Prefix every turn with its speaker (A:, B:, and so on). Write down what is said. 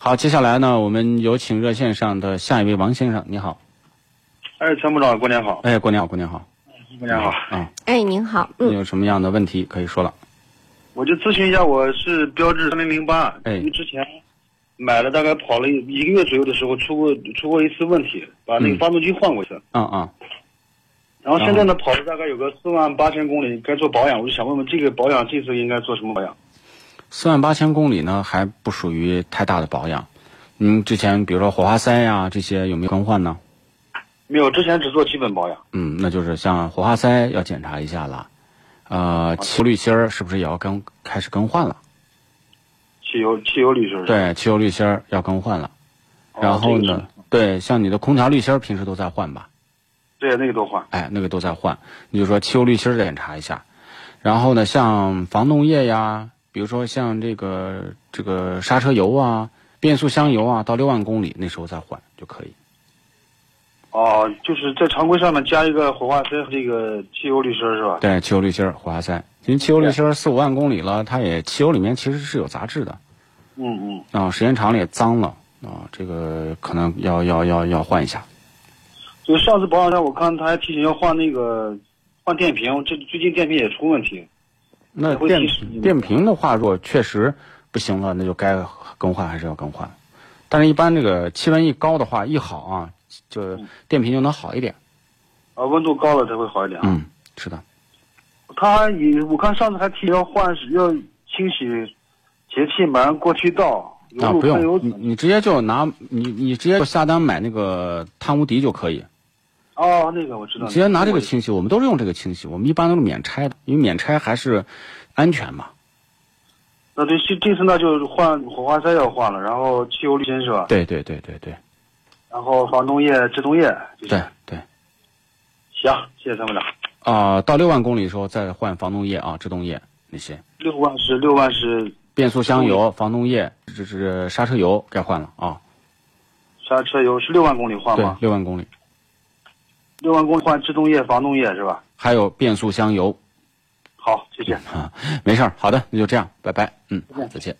A: 好，接下来呢，我们有请热线上的下一位王先生，你好。
B: 哎，参谋长，过年好！嗯
A: 哎，过年好，过年好
B: 过年好！
A: 啊！
C: 哎，您好，
A: 你
C: 嗯，
A: 有什么样的问题可以说了？
B: 我就咨询一下，我是标致三零零八，
A: 哎
B: 因为之前买了大概跑了一一个月左右的时候，出过出过一次问题，把那个
A: 嗯
B: 发动机换过一次。
A: 啊啊，
B: 然后现在呢，跑了大概有个四万八千公里，该做保养，我就想问问这个保养这次应该做什么保养？
A: 四万八千公里呢，还不属于太大的保养。您之前比如说火花塞呀、这些有没有更换呢？
B: 没有，之前只做基本保养。
A: 嗯，那就是像火花塞要检查一下了，呃，汽油滤芯儿是不是也要更开始更换了？
B: 汽油汽油滤芯儿是吧，
A: 对，汽油滤芯儿要更换了。
B: 嗯哦
A: 然后？
B: 这个
A: 呢
B: 是，
A: 对，像你的空调滤芯儿平时都在换吧？
B: 对，那个都换。
A: 哎，那个都在换。你就说汽油滤芯儿检查一下，然后呢，像防冻液呀，比如说像这个这个刹车油啊、变速箱油啊，到六万公里那时候再换就可以。
B: 哦，就是在常规上面加一个火花塞和这个汽油滤芯儿是吧？
A: 对，汽油滤芯儿、火花塞，因为汽油滤芯儿四五万公里了，它也汽油里面其实是有杂质的
B: 嗯嗯。
A: 啊、时间长了也脏了啊、这个可能要要要要换一下。
B: 就上次保养站，我看他还提醒要换那个换电瓶，这最近电瓶也出问题。
A: 那
B: 会
A: 电
B: 提示你
A: 电瓶的话，如果确实不行了，那就该更换还是要更换。但是，一般这个气温一高的话，一好啊，就电瓶就能好一点。
B: 啊，温度高了才会好一点。
A: 嗯，是的，
B: 他也，我看上次还提要换是要清洗节气门、过渠道、
A: 啊
B: 油
A: 不
B: 路喷油
A: 用，
B: 桶
A: 你你直接就拿你你直接就下单买那个碳无敌就可以，
B: 哦，那个我知道。
A: 直接拿这个
B: 清。
A: 清洗，我们都是用这个清洗，我们一般都是免拆的，因为免拆还是安全嘛。
B: 那对，这这次呢就是换火花塞要换了，然后汽油滤芯是吧？
A: 对对对对对
B: 然后防冻液、制动液。就是
A: 对。对，
B: 行，谢谢参谋长。
A: 啊、到六万公里的时候再换防冻液啊、制动液那些。
B: 六万是六万是
A: 变速箱油、防冻液、这是刹车油该换了啊。
B: 刹车油是六万公里换
A: 对
B: 吗，？
A: 六万公里，
B: 六万公里换制动液、防冻液是吧？
A: 还有变速箱油。
B: 好，谢谢。
A: 没事儿，好的，那就这样，拜拜。嗯，
B: 见
A: 再见。